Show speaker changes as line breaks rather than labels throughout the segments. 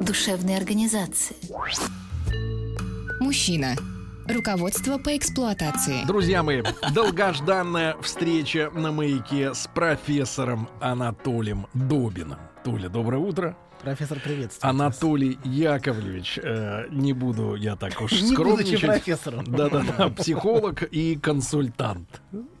душевной организации.
Мужчина. Руководство по эксплуатации.
Друзья мои, долгожданная встреча на маяке с профессором Анатолием Добиным. Туля, доброе утро.
Профессор, приветствую.
Анатолий Яковлевич, э, не буду я так уж
Не будучи
скромничать.
профессором.
Да-да-да, психолог и консультант.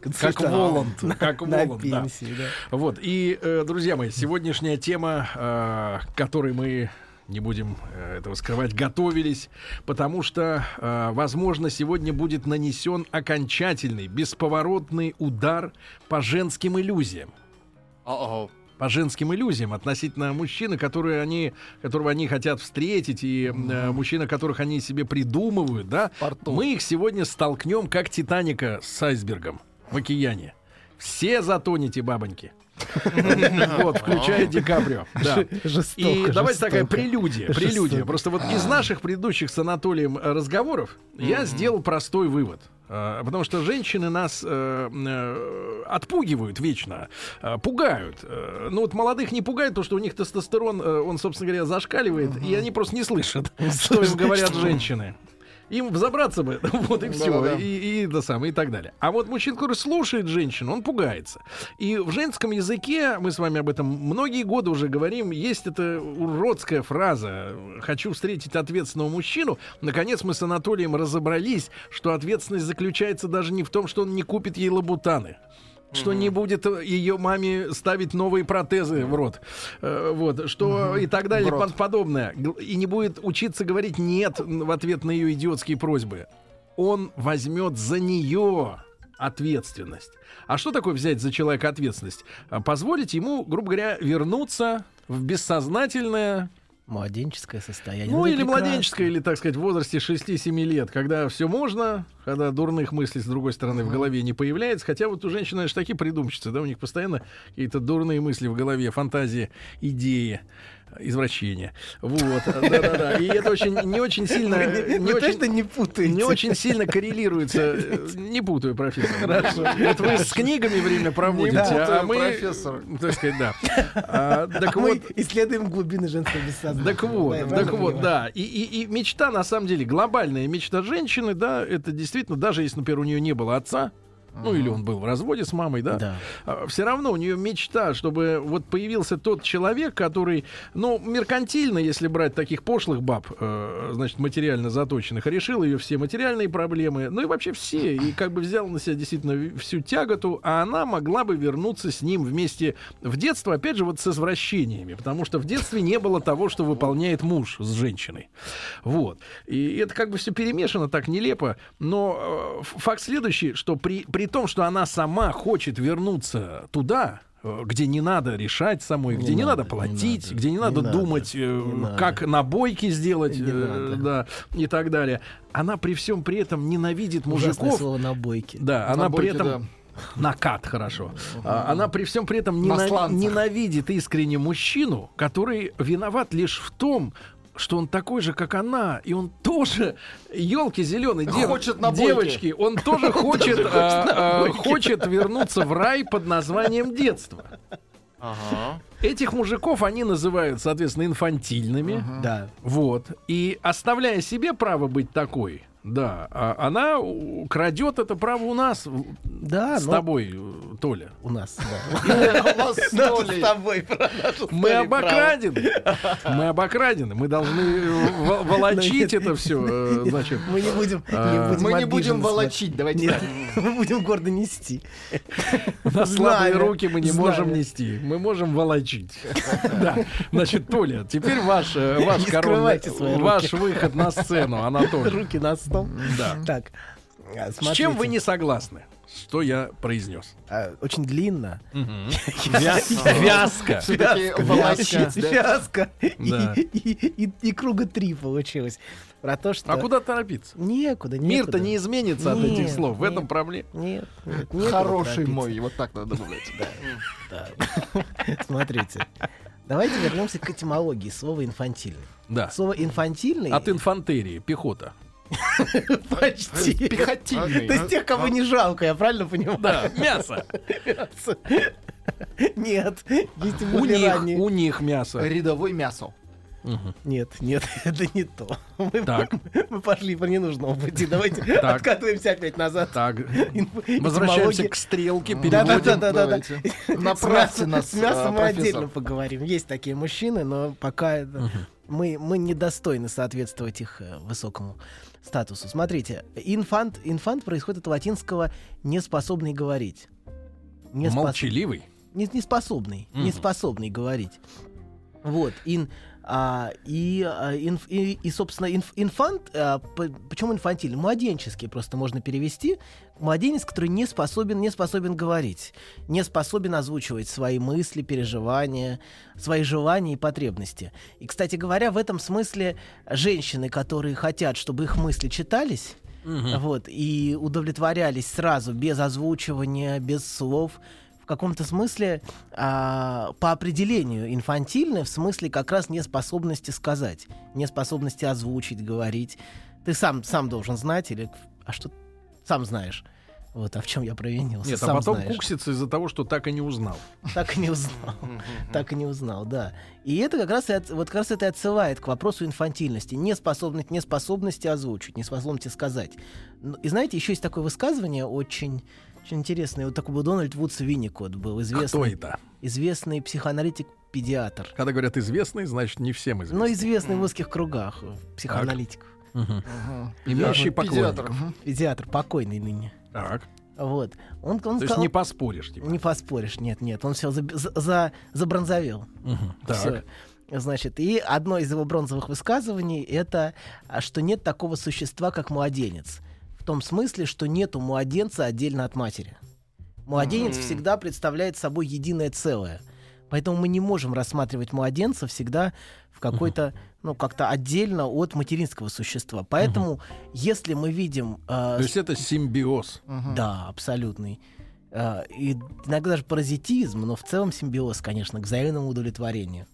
Как
Консультант.
Воланд. Как
На
Воланд, да.
пенсии, да.
Вот, и, э, друзья мои, сегодняшняя тема, э, к которой мы не будем э, этого скрывать, готовились, потому что, э, возможно, сегодня будет нанесен окончательный, бесповоротный удар по женским иллюзиям. По женским иллюзиям относительно мужчины, которые они, которого они хотят встретить, и э, мужчины, которых они себе придумывают, да,
Порту.
мы их сегодня столкнем, как Титаника с айсбергом в океане. Все затонете, бабоньки. Вот, включая Ди Каприо. Да.
Жестоко,
И давайте
жестоко.
такая прелюдия. Прелюдия.
Жестоко.
Просто вот из наших предыдущих с Анатолием э, разговоров я сделал простой вывод. Э, Потому что женщины нас э, э, отпугивают вечно, э, пугают. Э, Ну вот молодых не пугает то, что у них тестостерон, э, он, собственно говоря, зашкаливает, и они просто не слышат, что им говорят женщины. Им взобраться бы, вот и все,
Да-да-да.
и, и, да, самое, и так далее. А вот мужчина, который слушает женщину, он пугается. И в женском языке, мы с вами об этом многие годы уже говорим, есть эта уродская фраза «хочу встретить ответственного мужчину». Наконец мы с Анатолием разобрались, что ответственность заключается даже не в том, что он не купит ей лабутаны что не будет ее маме ставить новые протезы в рот. Э, Вот, что и так далее,
В рот.
пон- подобное. Гл- И не будет учиться говорить «нет» н- в ответ на ее идиотские просьбы. Он возьмет за нее ответственность. А что такое взять за человека ответственность? А, Позволить ему, грубо говоря, вернуться в бессознательное,
Младенческое состояние.
ну
это
или
прекрасно.
младенческое, или, так сказать, в возрасте 6-7 лет, когда все можно, когда дурных мыслей, с другой стороны, в голове не появляется. Хотя вот у женщин, знаешь, такие придумщицы, да, у них постоянно какие-то дурные мысли в голове, фантазии, идеи извращения. Вот, да-да-да. И это очень, не очень сильно...
Вы не-
не
Вы
очень-
точно не путаете?
не очень сильно коррелируется. э, Не путаю, профессор. Вот вы с книгами время проводите, а
путаю,
мы...
профессор.
Так сказать, да. А, Так
Мы
вот,
исследуем глубины женского бессознания.
так вот,
Да,
так
правильно
вот,
понимаю.
да. И, и- и мечта, на самом деле, глобальная мечта женщины, да, это действительно, даже если, например, у нее не было отца, ну или он был в разводе с мамой, да,
Да.
все равно у нее мечта, чтобы вот появился тот человек, который, ну, меркантильно, если брать таких пошлых баб, э, значит, материально заточенных, решил ее все материальные проблемы, ну и вообще все, и как бы взял на себя действительно в- всю тяготу, а она могла бы вернуться с ним вместе в детство, опять же, вот с извращениями, потому что в детстве не было того, что выполняет муж с женщиной. Вот. И это как бы все перемешано так нелепо, но э, ф- факт следующий, что при, при том, что она сама хочет вернуться туда, э, где не надо решать самой, где не надо,
надо, не
платить,
надо,
где не
не
надо
надо,
думать, э,
не надо.
как набойки сделать,
Не
э,
надо.
да, и так далее. Она при всем при этом ненавидит
Ужасное
мужиков.
слово на бойке.
Да, она при
бойке,
этом
да.
накат хорошо. А, Она при всем при этом
На
нена-
сланцах.
ненавидит искренне мужчину, который виноват лишь в том, что он такой же, как она, и он тоже елки зеленые
Хочет на бойке.
девочки, он тоже хочет а, а, хочет вернуться в рай под названием детство.
Ага.
Этих мужиков они называют, соответственно, инфантильными.
Да.
Вот. И оставляя себе право быть такой, да, а она у- крадет это право у нас в-
Да, ну.
с
но
тобой, э, Толя.
у нас, да.
У вас
Нас с
Толи.
тобой, правда, что с
Мы
тобой, правда.
обокрадены. Мы обокрадены. Мы должны э, во- волочить это все. Значит,
Мы не будем,
А.
не будем
Мы не
обижены
будем
смотреть.
волочить, давайте
Нет,
так.
мы будем гордо нести.
на слабые
Знамя,
руки мы не можем
знамя.
нести. Мы можем волочить. Да. Значит, Толя, теперь ваш, э, ваш
Не
коронный-
скрывайте свои руки.
ваш выход на сцену, Анатолий.
Руки на стол.
Да.
Так, а,
С чем вы
смотрите.
не согласны? что я произнес.
А, Очень длинно.
Ну, Вязко.
Всё-таки волосся.
Вязко.
Да.
И- И и- и круга три получилось. Про то, что...
А куда торопиться?
Некуда,
Мир-то
некуда.
не изменится от
Нет,
этих слов. В
нет.
этом проблема.
Нет, нет, некуда
Хороший
торопиться.
мой, вот так надо добавлять.
Смотрите. Давайте вернемся к этимологии слова «инфантильный».
Да. А
Слово «инфантильный»
От инфантерии, пехота.
почти...
Пехотильный.
То есть тех, кого не жалко, я правильно понимаю?
А? Да, мясо.
Нет. Есть и
У
более
них,
ранние.
у них мясо.
Рядовой мясо.
Нет, нет, это не то. Мы,
Так.
мы пошли по ненужному пути. Давайте
Так.
откатываемся опять назад.
Так,
Инф-
возвращаемся
этимология.
к стрелке,
Да,
переводим.
да, да, да, да.
Давайте.
С
Направьте
мясом,
нас,
с мясом
а,
мы
профессор.
отдельно поговорим. Есть такие мужчины, но пока это- мы, мы недостойны соответствовать их э, высокому статусу. Смотрите, инфант, инфант происходит от латинского «неспособный говорить». Неспособ-
Молчаливый.
не, неспособный,
Мгм.
неспособный говорить. Вот, ин, а, и, а, инф- и, и, собственно, инф- инфант, а, п- почему инфантильный? Младенческий просто можно перевести. Младенец, который не способен, не способен говорить, не способен озвучивать свои мысли, переживания, свои желания и потребности. И, кстати говоря, в этом смысле женщины, которые хотят, чтобы их мысли читались, вот, и удовлетворялись сразу, без озвучивания, без слов. В каком-то смысле, а, по определению, инфантильны в смысле как раз неспособности сказать, неспособности озвучить, говорить. Ты сам, сам должен знать или... А что ты сам знаешь? Вот, а в чем я провинился?
Нет, а
сам
потом
знаешь.
куксится из-за того, что так и не узнал.
Так и не узнал. Так и не узнал, да. И это как раз, и от- вот как раз это и отсылает к вопросу инфантильности. Неспособность, неспособности озвучить, неспособности сказать. Ну, И знаете, еще есть такое высказывание очень, очень интересное. Вот такой был Дональд Вудс Винникот был
Кто
известный,
это?
известный психоаналитик-педиатр.
Когда говорят известный, значит не всем
Но
известный.
известный в узких кругах э, психоаналитиков.
Мгм.
Мгм.
Имеющий
Педиатр.
поклонников.
Мгм.
Педиатр, покойный ныне.
Так.
Вот. Он, он
То есть
сказал-
не поспоришь. типа.
не поспоришь, нет, нет. Он все за, забронзовел.
Мгм.
Всё.
Так.
Значит, и одно из его бронзовых высказываний это, а, что нет такого существа, как младенец. В том смысле, что нету младенца отдельно от матери. Младенец
Мгм.
всегда представляет собой единое целое. Поэтому мы не можем рассматривать младенца всегда в какой-то, ну, как-то отдельно от материнского существа. Поэтому, если мы видим... э,
То есть это симбиоз.
Мгм.
да, абсолютный. А, И иногда даже паразитизм, но в целом симбиоз, конечно, к взаимному удовлетворению.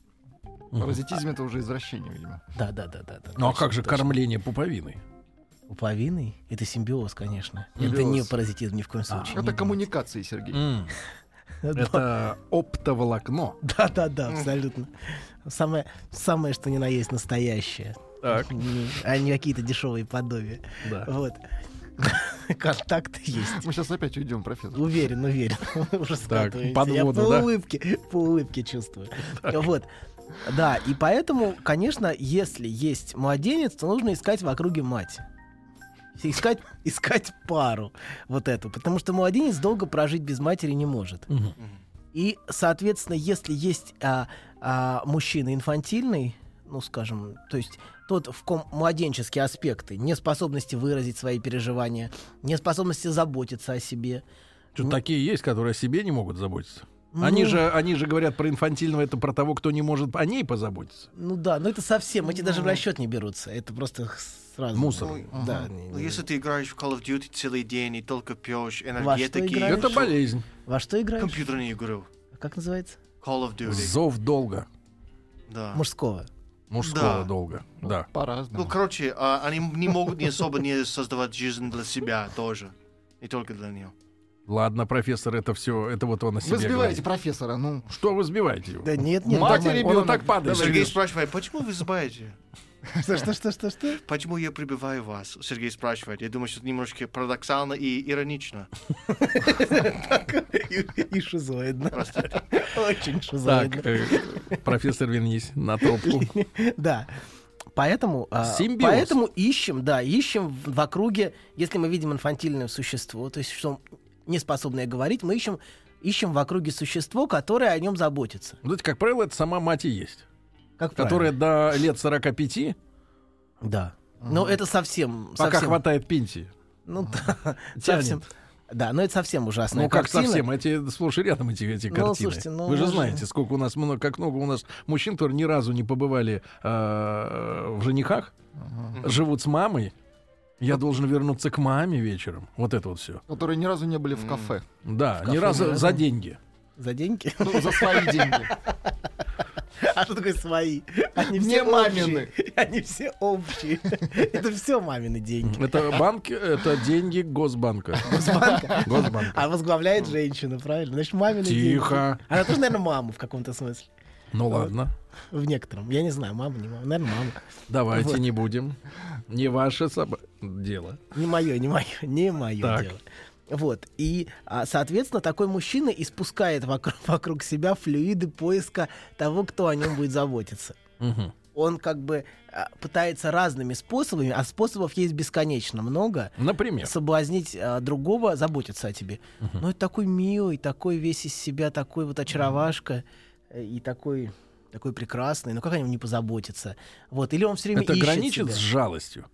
Паразитизм это уже извращение, видимо.
Да, да, да, да. да
Ну а
точно,
как же
точно.
кормление пуповиной?
Пуповиной — это симбиоз, конечно. Это
Симбиоз.
не паразитизм ни в коем случае.
Это
не
коммуникации, Сергей.
М,
думайте.
Это оптоволокно.
Да, да, да, абсолютно. Самое, самое, что ни на есть настоящее.
Так,
Не- А не какие-то дешевые подобия.
да.
Вот. Контакты есть.
Мы сейчас опять уйдем, профессор.
Уверен, уверен. Уже скатываемся. Я
подводу,
по
да?
улыбке, по улыбке чувствую. Вот. Да, и поэтому, конечно, если есть младенец, то нужно искать в округе мать. Искать, искать пару вот эту. Потому что младенец долго прожить без матери не может.
Мгм.
И, соответственно, если есть а, а, мужчина инфантильный, ну, скажем, то есть тот, в ком младенческие аспекты, неспособности выразить свои переживания, неспособности заботиться о себе.
Что
Ну,
такие есть, которые о себе не могут заботиться. Они
ну,
же, они же говорят про инфантильного, это про того, кто не может о ней позаботиться.
Ну да, но это совсем, эти даже в расчет не берутся. Это просто х- сразу.
Мусор.
Да.
Мгм.
не-
Ну, если ты играешь в Call of Duty целый день и только пьешь
играешь?
энергетики,
Это болезнь.
Во что играешь?
компьютерные игры.
Как называется?
Call of Duty.
Зов долга.
А.
Да.
Мужского.
Мужского
Да.
долга. Да.
Ну,
По-разному.
короче, а, они не могут не особо не создавать жизнь для себя тоже. Не только для нее.
Ладно, профессор, это все, это вот он о себе
Вы сбиваете
говорит.
профессора, ну.
Что вы сбиваете его?
Да нет, нет.
Мать
нормально.
и
Он и
ребенок.
так падает.
Сергей
Сереж.
спрашивает, почему вы забываете?
Что, что, что, что, что?
Почему я прибиваю вас? Сергей спрашивает. Я думаю, что это немножко парадоксально и иронично.
И, и шизоидно.
Простите.
Очень
Так,
шизоидно.
э, профессор вернись на топку.
Да. Поэтому, а,
Симбиоз.
поэтому ищем, да, ищем в, в округе, если мы видим инфантильное существо, то есть что не способное говорить, мы ищем, ищем в округе существо, которое о нем заботится.
Знаете, как правило, это сама мать и есть.
Как
Которая до лет 45,
правильно. Да. Но это совсем...
пока
совсем-
хватает пенсии.
Ну да,
Тянет.
совсем, Да, но это совсем ужасно.
Ну, как совсем? Эти сплошь и рядом эти, эти
Ну,
картины.
слушайте, ну,
Вы же
мы же-
знаете, сколько у нас много, как много у нас мужчин, которые ни разу не побывали э, в женихах, живут с мамой. Я должен вернуться к маме вечером. Вот это вот все.
Которые ни разу не были в
М.
кафе.
Да,
В
ни
кафе
разу
ни
за
разу.
деньги.
За деньги?
Ну, за свои деньги.
А что такое свои? Они
Не
все
мамины.
общие. Они все общие. Это все мамины деньги.
Это банк, это деньги Госбанка.
Госбанка.
Госбанка.
А возглавляет женщина, правильно? Значит, мамины деньги.
Тихо.
Она тоже, наверное, мама в каком-то смысле.
Ну ладно,
В некотором. Я не знаю, мама, не мама. Наверное, мама.
давайте
Вот.
не будем. Не ваше соба- дело.
Не мое, не мое, не мое
Так.
дело. Вот. И, а, соответственно, такой мужчина испускает вокруг, вокруг себя флюиды поиска того, кто о нем будет заботиться.
Мгм.
Он как бы а, пытается разными способами, а способов есть бесконечно много,
Например.
соблазнить а, другого, заботиться о тебе. Но это такой милый, такой весь из себя, такой вот очаровашка э, и такой такой прекрасный, ну как о нем не позаботиться? Вот, или он все время
Это
ищет
граничит
себя.
с жалостью.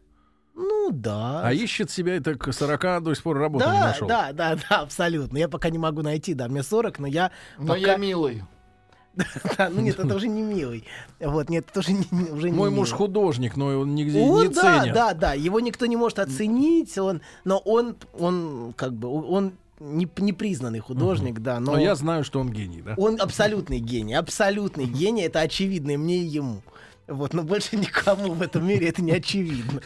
Ну да.
А ищет себя, и так 40 до сих пор работу не
да,
нашел.
да, да, да, абсолютно. Я пока не могу найти, да, мне 40, но я...
Но
пока-
я милый.
Да, ну нет, это уже не милый. Вот, нет, это уже не, не- уже не
Мой муж
милый.
художник, но он нигде
Он,
не
да,
ценят.
да, да, его никто не может оценить, он, но он, он как бы, он не, непризнанный художник, да, но,
Но Ну, я знаю, что он гений, да?
он абсолютный гений, абсолютный гений, это очевидно и мне, и ему. Вот, но больше никому в этом мире это не очевидно.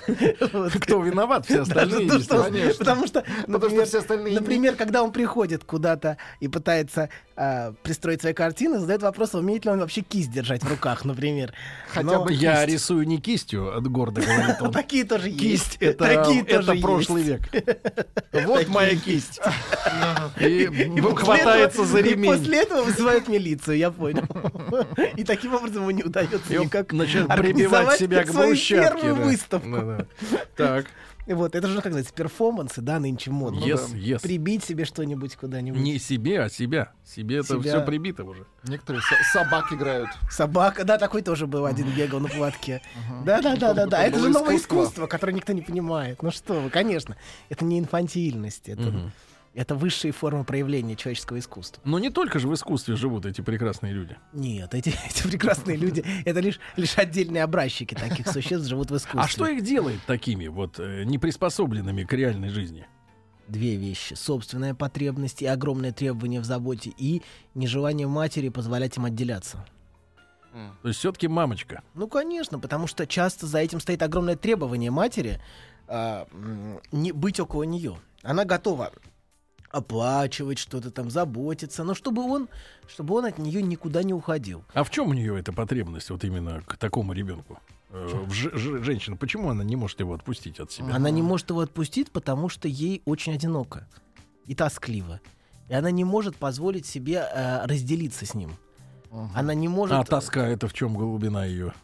Вот.
Кто виноват, все
Да,
остальные.
ну, что-
естественно.
Потому что,
Потому что
например,
все остальные... не-
Например, когда он приходит куда-то и пытается а, пристроить свои картины, задает вопрос, умеет ли он вообще кисть держать в руках, например.
Хотя
Но-
бы
Я рисую не кистью, от гордо говорит
Ну,
он.
такие тоже
Кисть
есть.
это,
Такие
это
тоже
прошлый
есть.
век. Вот моя кисть. И
после
хватается
этого-
за
И
ремень.
после этого вызывают милицию, я понял. И таким образом ему не удается
И он
никак
начинает прибивать
организовать
себя к
свою
брусчатке.
первую
да. Ну
выставку.
Да, да. Так,
И Вот, это же, как называется, перформансы, да, нынче модно.
yes, yes.
Прибить себе что-нибудь куда-нибудь.
Не себе, а себя. Себе это
Себя.
все прибито уже.
Некоторые со- собак играют.
Собака, да, такой тоже был один бегал на поводке. Да, да, да, да, да.
Это
Это же
было
новое
искусство.
искусство, которое никто не понимает. Ну что вы, конечно, это не инфантильность, это
Мгм.
это высшие формы проявления человеческого искусства.
Но не только же в искусстве живут эти прекрасные люди.
Нет, эти, эти прекрасные люди это лишь, лишь отдельные образчики таких существ живут в искусстве.
А что их делает такими, вот, э, неприспособленными к реальной жизни?
Две вещи. Собственная потребность и огромное требование в заботе, и нежелание матери позволять им отделяться.
М.
То есть все-таки мамочка.
Ну, конечно, потому что часто за этим стоит огромное требование матери а, м, не быть около нее. Она готова оплачивать что-то там, заботиться, но чтобы он, чтобы он от нее никуда не уходил.
А в чем у нее эта потребность вот именно к такому ребенку? Э, в же- же- женщина, почему она не может его отпустить от себя?
Она не может его отпустить, потому что ей очень одиноко и тоскливо. И она не может позволить себе э, разделиться с ним.
Мгм.
Она не может...
А тоска это в чем глубина ее?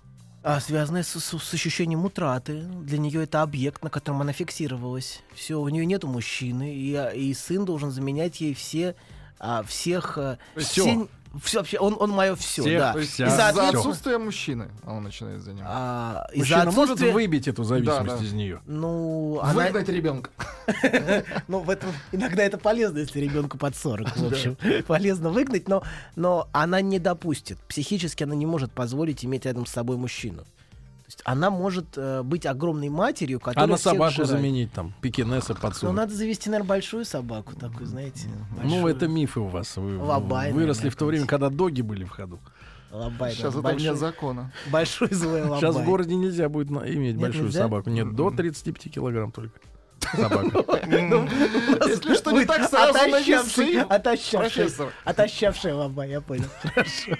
А, связанная с, с- с ощущением утраты. Для нее это объект, на котором она фиксировалась. Все, у нее нету мужчины, и, а, и сын должен заменять ей все, а, всех... а,
Всё.
Все, всё вообще, он, он мое все,
Всех,
да.
то есть
И
всё.
за
За
соответственно-
отсутствие мужчины он начинает за ним.
а, и за
Мужчина может
отсутствие-
выбить эту зависимость
Да, да.
из нее?
Ну, она,
Выгнать ребенка.
ну, в этом иногда это полезно, если ребенку под 40, в общем. Полезно выгнать, но, но она не допустит. Психически она не может позволить иметь рядом с собой мужчину. То есть она может э, быть огромной матерью, которая
А на
всех
собаку
жирает.
заменить там, пекинеса
Ну,
подсунуть?
надо завести, наверное, большую собаку такую, знаете.
Ну,
большую.
это мифы у вас. Вы
Лобайная
выросли в то
какая-нибудь.
время, когда доги были в ходу.
Лобай,
Сейчас
да,
это вне
большой,
закона.
большой злой лобай.
Сейчас в городе нельзя будет на- иметь
Нет,
большую
нельзя?
собаку. Нет, до 35 килограмм только. Собака.
Если что не так, сразу на
Отощавший,
весы.
отощавший,
Профессор.
отощавший лобай, я понял. Хорошо.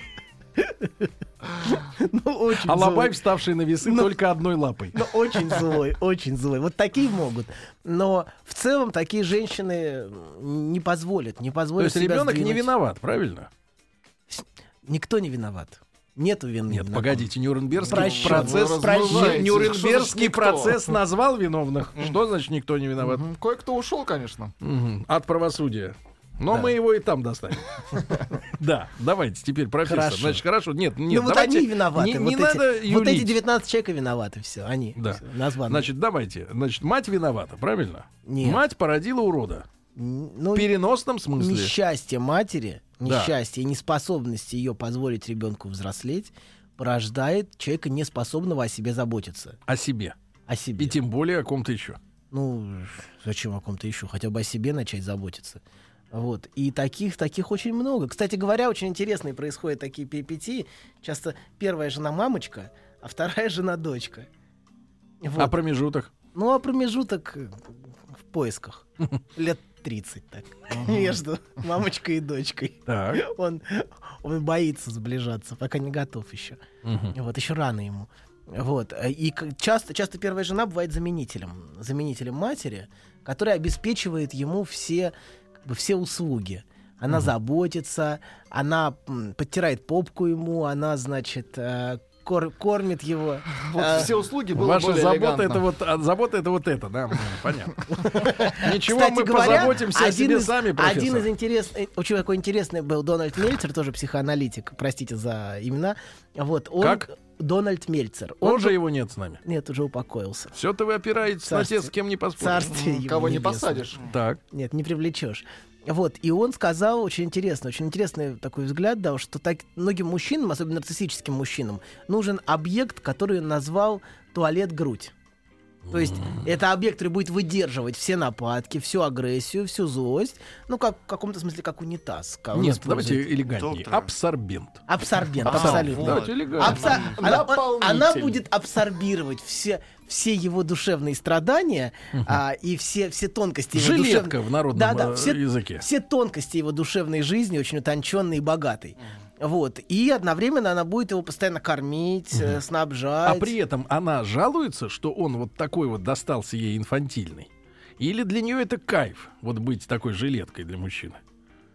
А
Ну, очень
А
злой.
лобай, вставший на весы,
Ну.
только одной лапой.
Ну, очень злой, очень злой. Вот такие могут. Но в целом такие женщины не позволят, не
То
позволят
есть ребенок не
сдвинуть.
виноват, правильно?
Никто не виноват. Нету вины. ни
Нет,
на ком.
погодите, Нюрнбергский
Прощу.
процесс...
Вы
Прощу.
размываете.
Нюрнбергский
Что значит никто?
процесс назвал виновных. Что значит никто не виноват?
Мгм. Кое-кто ушел, конечно.
Мгм. От правосудия. Но
Да.
мы его и там достанем. Да, давайте теперь, профессор.
Хорошо.
Значит, хорошо. Нет,
ну
нет,
вот
давайте-
они и виноваты.
Не
вот,
не
эти,
надо
вот эти
юлить.
19 человек и виноваты все. Они
Да.
всё, названы.
Значит, давайте. Значит, мать виновата, правильно?
Нет.
Мать породила урода.
ну,
В переносном смысле.
несчастье матери,
Да.
несчастье и неспособность ее позволить ребенку взрослеть порождает человека, неспособного о себе заботиться.
О себе.
О
И
себе.
тем более о ком-то еще.
Ну, зачем о ком-то еще? Хотя бы о себе начать заботиться. Вот. И таких, таких очень много. Кстати говоря, очень интересные происходят такие перипетии. Часто первая жена мамочка, а вторая жена дочка. Вот.
А промежуток.
Ну, а промежуток э, в поисках. Лет 30 так. Между мамочкой и дочкой.
Так.
Он, он боится сближаться, пока не готов еще.
Мгм.
Вот, еще рано ему. Вот. э, И к- часто, часто первая жена бывает заменителем. Заменителем матери, которая обеспечивает ему все, как бы, все услуги. Она заботится, она м, подтирает попку ему, она, значит, э, кор- кормит его.
Вот
Э,
все услуги было
Ваша
более
забота
элегантно.
это вот а, забота это вот это, да, м, понятно. Ничего,
Кстати
мы
говоря,
позаботимся о
один
себе
из-
сами,
Один из
профессор.
интересных, э, очень такой интересный был Дональд Мельцер, тоже психоаналитик, простите за имена. Вот, он,
Как?
Дональд Мельцер.
Он же
был-
его нет с нами.
Нет, уже упокоился.
Все-то вы опираетесь на
Царствие.
тех, с кем не поспоришь.
Царствие ему
Кого не
небесное.
посадишь.
Так.
Нет, не привлечешь. Вот, и он сказал очень интересно, очень интересный такой взгляд дал, что так, многим мужчинам, особенно нарциссическим мужчинам, нужен объект, который он назвал туалет-грудь. То есть это объект, который будет выдерживать все нападки, всю агрессию, всю злость. Ну, как, в каком-то смысле, как унитаз. как он
Нет,
использует.
давайте элегантнее.
Доктора.
Абсорбент.
Абсорбент,
А,
абсолютно.
вот.
Давайте элегантнее.
Абсо- она, он- она
Наполнитель.
будет абсорбировать все, все его душевные страдания а, и все, все тонкости его
Жилетка в народном
Да-да,
э,
все-
языке.
все тонкости его душевной жизни, очень утонченной и богатой. Вот. И одновременно она будет его постоянно кормить, э, снабжать.
А при этом она жалуется, что он вот такой вот достался ей инфантильный. Или для нее это кайф, вот быть такой жилеткой для мужчины,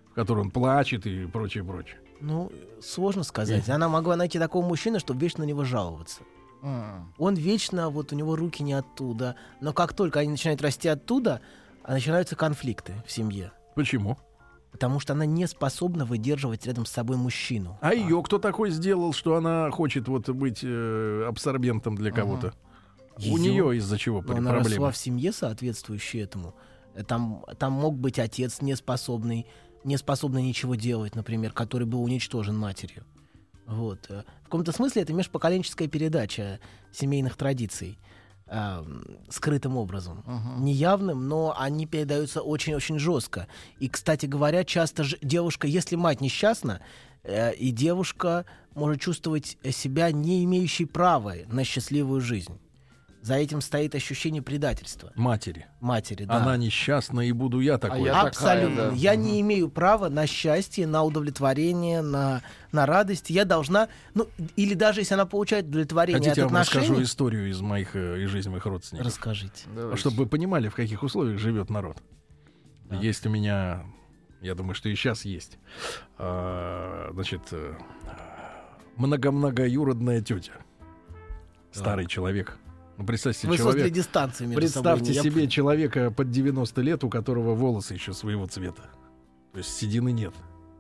в которой он плачет и прочее, прочее.
Ну, сложно сказать. Она могла найти такого мужчину, чтобы вечно на него жаловаться.
М.
Он вечно, вот у него руки не оттуда. Но как только они начинают расти оттуда, а, начинаются конфликты в семье.
Почему?
Потому что она не способна выдерживать рядом с собой мужчину.
А ее кто такой сделал, что она хочет вот быть э, абсорбентом для кого-то? У
А, Её?
нее из-за чего
Но
проблема?
она росла в семье, соответствующей этому. Э, Там, там мог быть отец неспособный, неспособный ничего делать, например, который был уничтожен матерью. Вот. э, В каком-то смысле это межпоколенческая передача семейных традиций а, м, скрытым образом. Неявным, но они передаются очень-очень жестко. И, кстати говоря, часто ж- девушка, если мать несчастна, э, и девушка может чувствовать э, себя не имеющей права на счастливую жизнь. За этим стоит ощущение предательства
Матери.
матери. да.
Она несчастна, и буду я такой.
А я-
Абсолютно.
такая, да.
Я не имею права на счастье, на удовлетворение, на, на радость. Я должна, ну, или даже если она получает удовлетворение
Хотите, я
от
вам расскажу
отношений...
историю из моих э, из жизни моих родственников?
Расскажите.
Давайте.
А Чтобы вы понимали, в каких условиях живет народ. Есть у меня, я думаю, что и сейчас есть, а, значит, э, много-многоюродная тетя. Старый человек. Ну, представьте себе
Вы создали
человек.
дистанцию между
Представьте
собой. Я-
себе человека под 90 лет, у которого волосы еще своего цвета. То есть седины нет.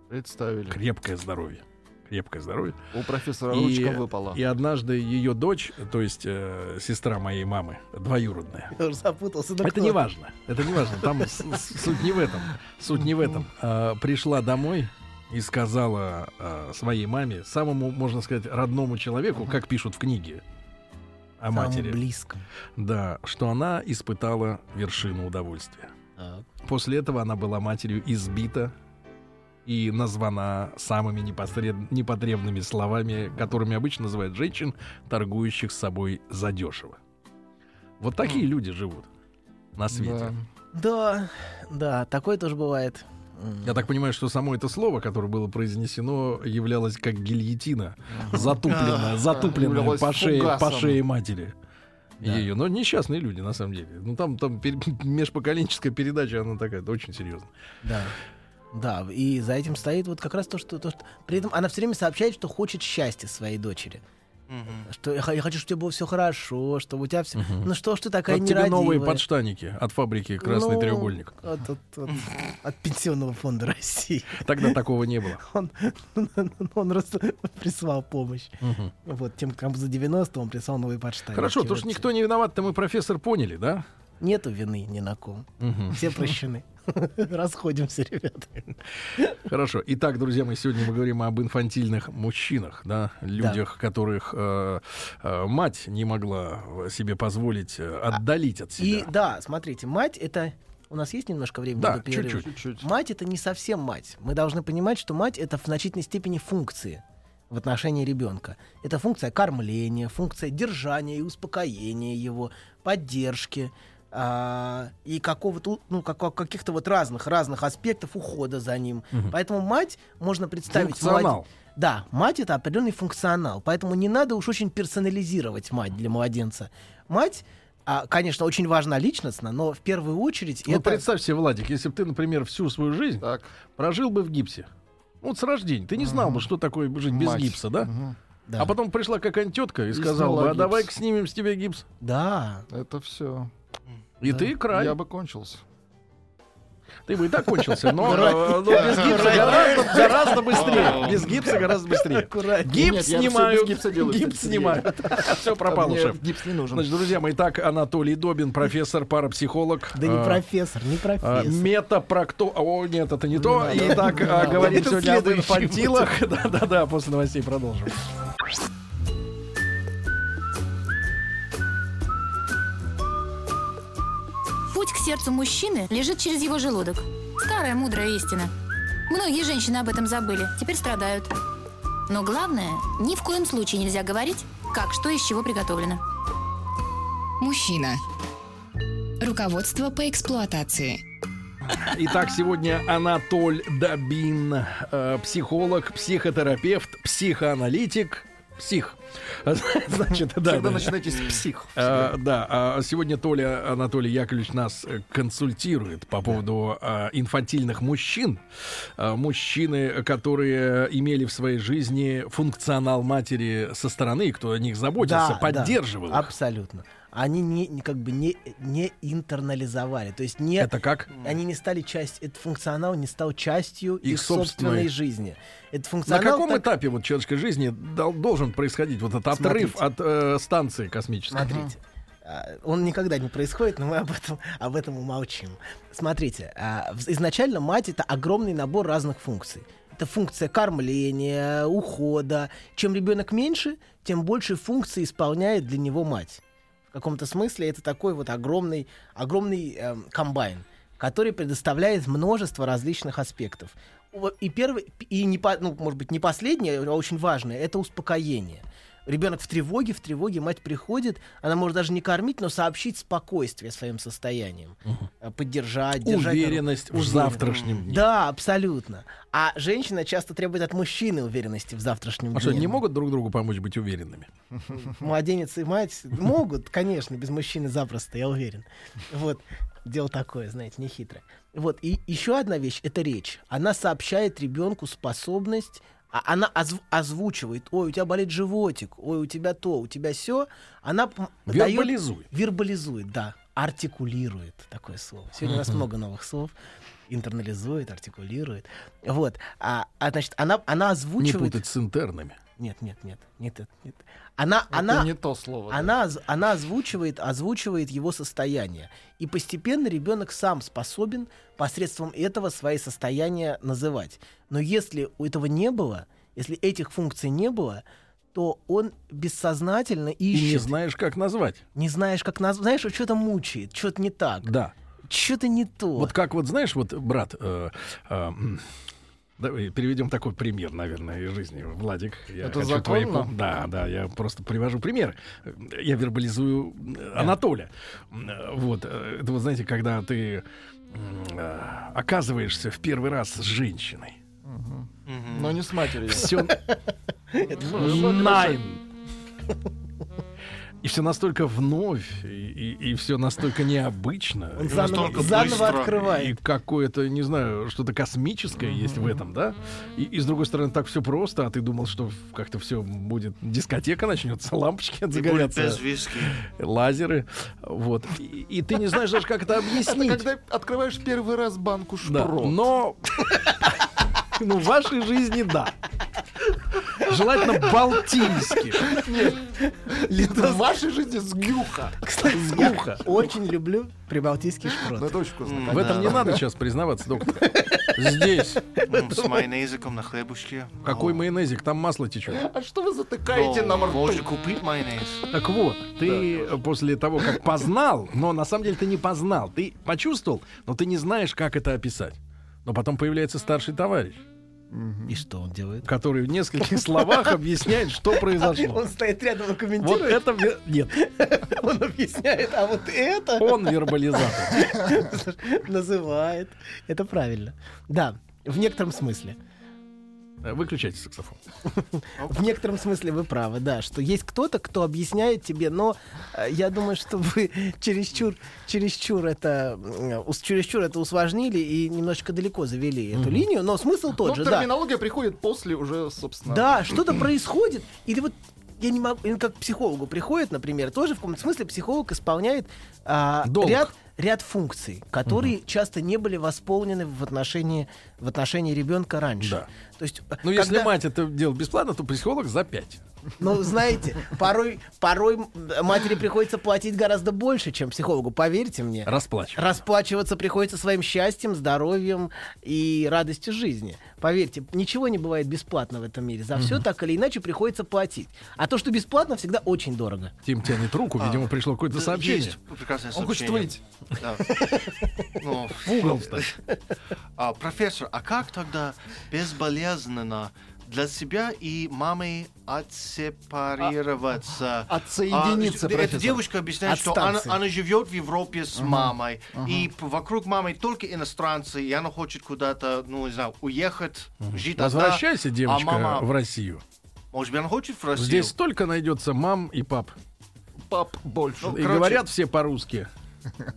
Представили.
Крепкое здоровье. Крепкое здоровье.
У профессора
И-
ручка выпала.
И однажды ее дочь, то есть э, сестра моей мамы, двоюродная,
Я уже запутался. Да
это
кто
не важно. Это не важно. Там с- с- суть не в этом. Суть не в этом. А, пришла домой и сказала а, своей маме, самому, можно сказать, родному человеку, как пишут в книге о
Самым
матери,
близком.
да, что она испытала вершину удовольствия. После этого она была матерью избита и названа самыми непосред- непотребными словами, которыми обычно называют женщин, торгующих с собой задешево. Вот такие люди живут на свете.
Хм. Да.
Да, да, такое тоже бывает. М.
Я так понимаю, что само это слово, которое было произнесено, являлось как гильотина, затупленная, затупленная
Являлось
по шее, по
фугасом.
шее матери. Ее, но несчастные люди, на самом деле. Ну там, там пер- межпоколенческая передача, она такая, да, очень серьезная.
Да. Да, и за этим стоит вот как раз то, что... То, что... При этом она все время сообщает, что хочет счастья своей дочери. Что я, х- я хочу, чтобы у тебя было все хорошо, чтобы у тебя все... Ну что ж ты такая
Как тебе новые
нерадивая?
подштанники от фабрики Красный
Ну,
треугольник.
От, от- от- от Пенсионного фонда России.
Тогда такого не было.
Он, он просто прислал помощь.
Мгм.
Вот тем, кому за 90 он прислал новые подштанники.
Хорошо, то что
Вот.
никто не виноват, то мы профессор поняли, да?
Нету вины ни на ком. Все прощены. Расходимся, ребята.
Хорошо. Итак, друзья, мы сегодня мы говорим об инфантильных мужчинах, да, людях, которых э, э, мать не могла себе позволить э, отдалить от себя.
А, И да, смотрите, мать это... У нас есть немножко времени
Да,
до перерыва?
чуть-чуть.
Чуть-чуть.
Мать это не совсем мать. Мы должны понимать, что мать это в значительной степени функции в отношении ребенка. Это функция кормления, функция держания и успокоения его, поддержки а, и какого-то у- ну како- каких-то вот разных разных аспектов ухода за ним. Поэтому мать можно представить
Функционал.
младен- Да, мать это определенный функционал, поэтому не надо уж очень персонализировать мать для младенца. Мать а, конечно, очень важна личностно, но в первую очередь
Вот
это...
Ну, представь себе, Владик, если бы ты, например, всю свою жизнь
Так.
прожил бы в гипсе. Вот с рождения. Ты не знал бы, что такое жить без
мать.
гипса, да?
Мгм.
Да.
А потом пришла какая-нибудь тетка и,
И
сказала
сняла
бы, а
гипс.
давай-ка снимем с тебя гипс.
Да.
Это все.
И ты край.
Я бы кончился.
Ты бы и так кончился, но э, ну, без гипса гораздо, гораздо быстрее. Без гипса гораздо быстрее. Гипс
Нет, я всё без
снимают.
гипса делаю,
Гипс
кстати, Сергей.
снимают. Все пропало,
Мне
шеф.
Гипс не нужен.
Значит, друзья мои, так Анатолий Добин, профессор, парапсихолог.
Да не
э,
профессор, не
А,
профессор.
Метапрокто... а, О, нет, это не то. Итак, а, говорим
Это
сегодня об
следующий
инфантилах. Да-да-да, после новостей продолжим.
Путь к сердцу мужчины лежит через его желудок. Старая мудрая истина. Многие женщины об этом забыли, теперь страдают. Но главное, ни в коем случае нельзя говорить, как что из чего приготовлено.
Мужчина. Руководство по эксплуатации.
Итак, сегодня Анатоль Добин, э, психолог, психотерапевт, психоаналитик, псих. Значит, да.
Когда
да.
начинаете с псих.
Э, да, а сегодня Толя Анатолий Яковлевич нас э, консультирует по поводу э, инфантильных мужчин. Э, Мужчины, которые имели в своей жизни функционал матери со стороны, кто о них заботился,
Да, да,
поддерживал их.
Абсолютно. Они не, не- как бы не, не интернализовали. То есть не,
Это как?
они не стали частью, этот функционал не стал частью их,
Их
собственной
собственной.
жизни. Этот
На
функционал
каком
так-
этапе вот человеческой жизни дол- должен происходить вот этот отрыв
Смотрите.
от э, станции космической?
Смотрите. а, Он никогда не происходит, но мы об этом, об этом умолчим. Смотрите, а, вз- изначально мать это огромный набор разных функций. Это функция кормления, ухода. Чем ребенок меньше, тем больше функций исполняет для него мать. В каком-то смысле это такой вот огромный, огромный эм, комбайн, который предоставляет множество различных аспектов. Во- И первый, и не по- ну, может быть, не последнее, а очень важное, это успокоение. Ребенок в тревоге, в тревоге мать приходит, она может даже не кормить, но сообщить спокойствие своим состоянием, Э, поддержать, держать на ру-
Уверенность в
Уверенность.
завтрашнем дне.
Да, абсолютно. А женщина часто требует от мужчины уверенности в завтрашнем
А что,
дне.
не могут друг другу помочь быть уверенными?
Младенец и мать могут, конечно, без мужчины запросто, я уверен. Вот, дело такое, знаете, нехитрое. Вот, и еще одна вещь — это речь. Она сообщает ребенку способность а- она озв- озвучивает, ой, у тебя болит животик, ой, у тебя то, у тебя все. Она п- даёт-
Вербализует.
вербализует, да, артикулирует такое слово. Сегодня у нас много новых слов. Интернализует, артикулирует. Вот, а, а, значит, она, она
Не
озвучивает.
путать с интернами.
Нет, нет, нет, нет, это- нет. Она,
Это
она,
не то слово.
она, оз- она озвучивает, озвучивает его состояние. И постепенно ребенок сам способен посредством этого свои состояния называть. Но если у этого не было, если этих функций не было, то он бессознательно ищет.
И не знаешь, как назвать.
не знаешь, как назвать. Знаешь, что-то мучает, что-то не так,
Да.
что-то не то.
Вот как вот, знаешь, вот, брат, э, э, м, давай переведем такой пример, наверное, из жизни. Владик, я
Это
хочу твои
законно?
пом- Да, да, я просто привожу примеры. Я вербализую э, Анатолия. М, э, Вот, э, это вот, знаете, когда ты м, э, оказываешься в первый раз с женщиной.
Но не с матерью.
Все И все настолько вновь, и, все настолько необычно.
он
И
заново,
настолько
заново
быстро
и
открывает.
какое-то, не знаю, что-то космическое есть в этом, да? И, и с другой стороны, так все просто, а ты думал, что как-то все будет, дискотека начнется, лампочки
И будет
загорятся,
без виски.
лазеры, вот. И, и ты не знаешь даже, как это
Это
объяснить.
когда открываешь первый раз банку
Да,
шпрот.
но... Ну, в вашей жизни да. Желательно балтийских.
Это вашей жизни с гюха.
Кстати, я очень люблю прибалтийский
Ну,
шпрот.
это очень вкусно.
В этом не надо сейчас признаваться, доктор. Здесь.
М, С майонезиком на хлебушке.
Какой
О.
майонезик, там масло течет.
А что вы
Ну,
затыкаете нам рту?
Можно купить майонез.
Так вот, ты после того, как познал, но на самом деле ты не познал, ты почувствовал, но ты не знаешь, как это описать. Но потом появляется старший товарищ,
И что он делает?
который в нескольких словах объясняет, что произошло.
А Он стоит рядом и
Вот
комментирует,
это... ве- Нет,
он объясняет, а вот это
он вербализатор.
называет. Это правильно. Да, в некотором смысле.
Выключайте саксофон.
В некотором смысле вы правы, да, что есть кто-то, кто объясняет тебе, но э, я думаю, что вы чересчур, чересчур это, м, ус- чересчур это усложнили и немножечко далеко завели эту линию, но смысл
Ну,
тот же, да.
терминология приходит после уже, собственно.
Да, что-то происходит, или вот я не могу, или как к психологу приходит, например, тоже в каком-то смысле психолог исполняет а,
Долг.
ряд ряд функций, которые часто не были восполнены в отношении в отношении ребенка раньше.
Да.
То есть, э,
Ну, если
когда-
мать это делает бесплатно, то психолог за 5.
Ну, знаете, порой, порой м, матери приходится платить гораздо больше, чем психологу, поверьте мне.
Расплачивается.
Расплачиваться приходится своим счастьем, здоровьем и радостью жизни. Поверьте, ничего не бывает бесплатно в этом мире. За все так или иначе приходится платить. А то, что бесплатно, всегда очень дорого.
Тим тянет руку, видимо, пришло какое-то
Да,
сообщение.
А. Есть прекрасное
Он хочет
сообщение. Да. Ну, а, профессор, а как тогда безболезненно для себя и мамы отсепарироваться?
отсоединиться,
А, Эта
профессор.
девушка объясняет,
От
что она,
станции.
она живет в Европе с мамой, и п- вокруг мамы только иностранцы, и она хочет куда-то, ну, не знаю, уехать, жить одна.
Возвращайся, девочка,
А мама,
в Россию.
может быть, она хочет в Россию?
Здесь столько найдется мам и пап.
Пап больше.
Ну,
и
короче,
говорят все по-русски.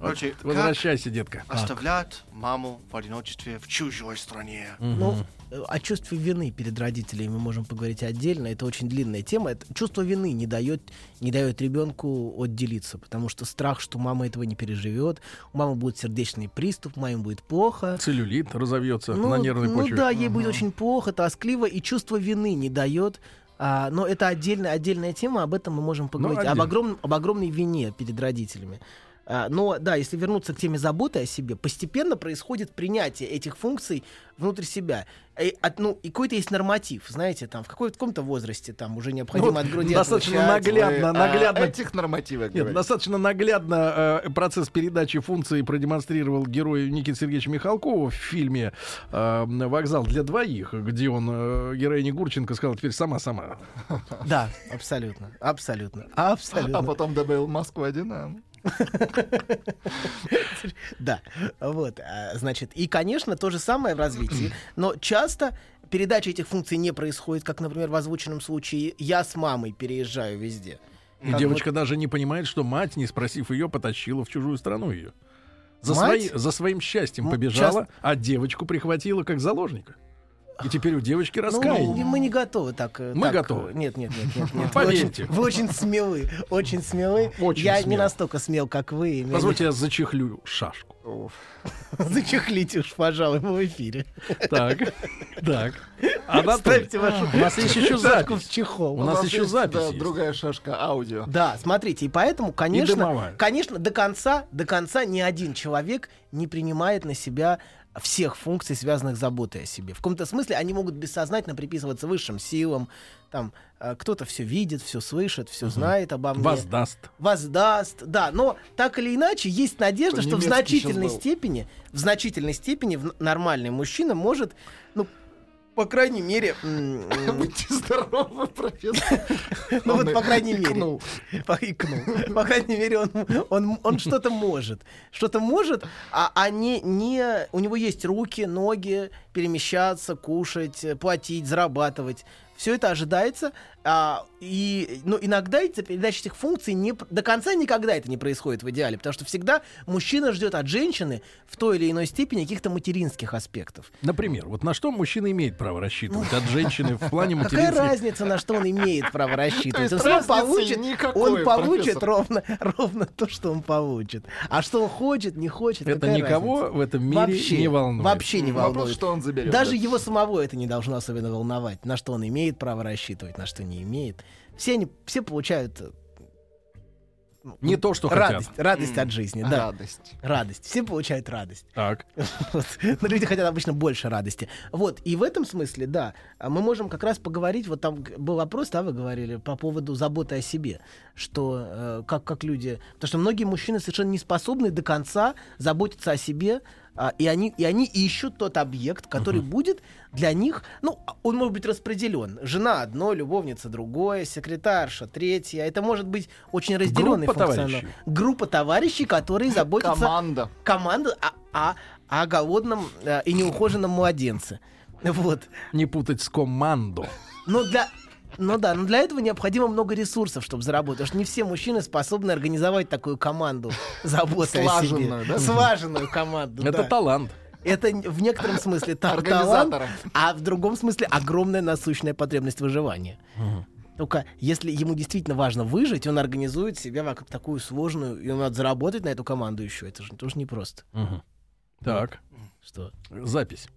короче, как А
Возвращайся, детка.
оставлять маму в одиночестве в чужой стране?
Ну, э, о чувстве вины перед родителями мы можем поговорить отдельно. Это очень длинная тема. Это, чувство вины не дает, не дает ребенку отделиться, потому что страх, что мама этого не переживет, у мамы будет сердечный приступ, маме будет плохо.
Целлюлит разовьется
Ну,
на нервной
ну
почве.
да, ей будет очень плохо, тоскливо, и чувство вины не дает. а, но это отдельная, отдельная тема, об этом мы можем поговорить. об,
Ну, отдельно.
огромном, об огромной вине перед родителями. А, но да, если вернуться к теме заботы о себе, постепенно происходит принятие этих функций внутрь себя. И, от- ну, и какой-то есть норматив, знаете, там в, какой- в каком-то возрасте там уже необходимо
Ну,
от груди
достаточно
отлучать.
наглядно, наглядно.
А Этих нормативов,
э, Нет, достаточно наглядно э, процесс передачи функции продемонстрировал герой Никита Сергеевича Михалкова в фильме э, «Вокзал для двоих», где он э, героине Гурченко сказал «теперь сама-сама».
Да, абсолютно, абсолютно, абсолютно.
А потом добавил Москва а Динамо.
Да, вот, а, значит, и, конечно, то же самое в развитии, но часто передача этих функций не происходит, как, например, в озвученном случае «я с мамой переезжаю везде».
И
Как
девочка даже не понимает, что мать, не спросив ее, потащила в чужую страну ее. За,
Мать?
свои- за своим счастьем
Ну,
побежала, а девочку прихватила как заложника. И теперь у девочки
вот-
раскаяние.
Ну, мы не готовы так. э,
Мы
так,
готовы.
э, Нет, нет, нет, нет. нет.
Поверьте.
Вы очень, вы очень смелы, очень смелы.
Очень
я не
смел.
настолько смел, как вы. и меня
Позвольте, я зачехлю шашку.
не- Зачехлите уж, пожалуй, в эфире.
Так, так. А Анатолий,
Ставьте вашу
у нас есть еще
шашку в
запись.
чехол.
У нас
есть,
А еще запись
Да,
есть.
другая шашка аудио.
Да, смотрите, и поэтому, конечно,
дымовая.
конечно, до конца, до конца ни один человек не принимает на себя всех функций, связанных с заботой о себе. В каком-то смысле они могут бессознательно приписываться высшим силам. Там э, кто-то все видит, все слышит, все знает обо мне.
Воздаст.
Воздаст, да. Но так или иначе есть надежда,
Это
что в
немецкий
значительной
щас был.
степени, в значительной степени в- нормальный мужчина может, ну, по крайней мере, м, м,
Будьте здоровы, профессор.
ну вот,
Он
по крайней мере.
икнул.
По- икнул. По крайней мере, он, он, он что-то может. Что-то может, а, а не, не... У него есть руки, ноги, перемещаться, кушать, э, платить, зарабатывать. Все это ожидается, а, и ну, иногда эта передача этих функций не, пр- до конца никогда это не происходит в идеале, потому что всегда мужчина ждет от женщины в той или иной степени каких-то материнских аспектов.
Например, вот на что мужчина имеет право рассчитывать от женщины в плане
Какая
материнских...
разница, на что он имеет право рассчитывать?
То есть
Он всё
разницы
получит,
никакой,
он получит
профессор.
ровно, ровно то, что он получит. А что он хочет, не хочет,
Это
какая
никого
разница?
в этом мире не волнует.
Вообще не
Вопрос,
волнует.
что он заберет.
Даже
да.
его самого это не должно особенно волновать, на что он имеет имеет права рассчитывать, на что не имеет. Все они, все получают э, ну,
Не то, что
радость,
хотят.
радость
М.
от жизни, да,
Радость.
радость. Все получают радость.
Так.
Вот. Но люди хотят обычно больше радости. Вот, и в этом смысле, да, а мы можем как раз поговорить, вот там г- был вопрос, да, вы говорили, по поводу заботы о себе, что э, как, как люди... Потому что многие мужчины совершенно не способны до конца заботиться о себе, а, и, они, и они ищут тот объект, который будет для них... Ну, а он может быть распределен. Жена одно, любовница другое, секретарша третья. Это может быть очень разделенный
Группа
функционал.
товарищей.
Группа товарищей, которые заботятся
Команда.
команда о, о- о голодном э, и неухоженном младенце. Вот.
Не путать с командо.
Но для... Ну да, но для этого необходимо много ресурсов, чтобы заработать. Потому что не все мужчины способны организовать такую команду заботы о себе.
Слаженную, да?
Слаженную команду,
Это
да.
талант.
Это н- в некотором смысле та- талант,
Организатора.
а в другом смысле огромная насущная потребность выживания. Только если ему действительно важно выжить, он организует себя вокруг такую сложную, и он надо заработать на эту команду еще. Это же тоже непросто.
Так.
Что?
Запись.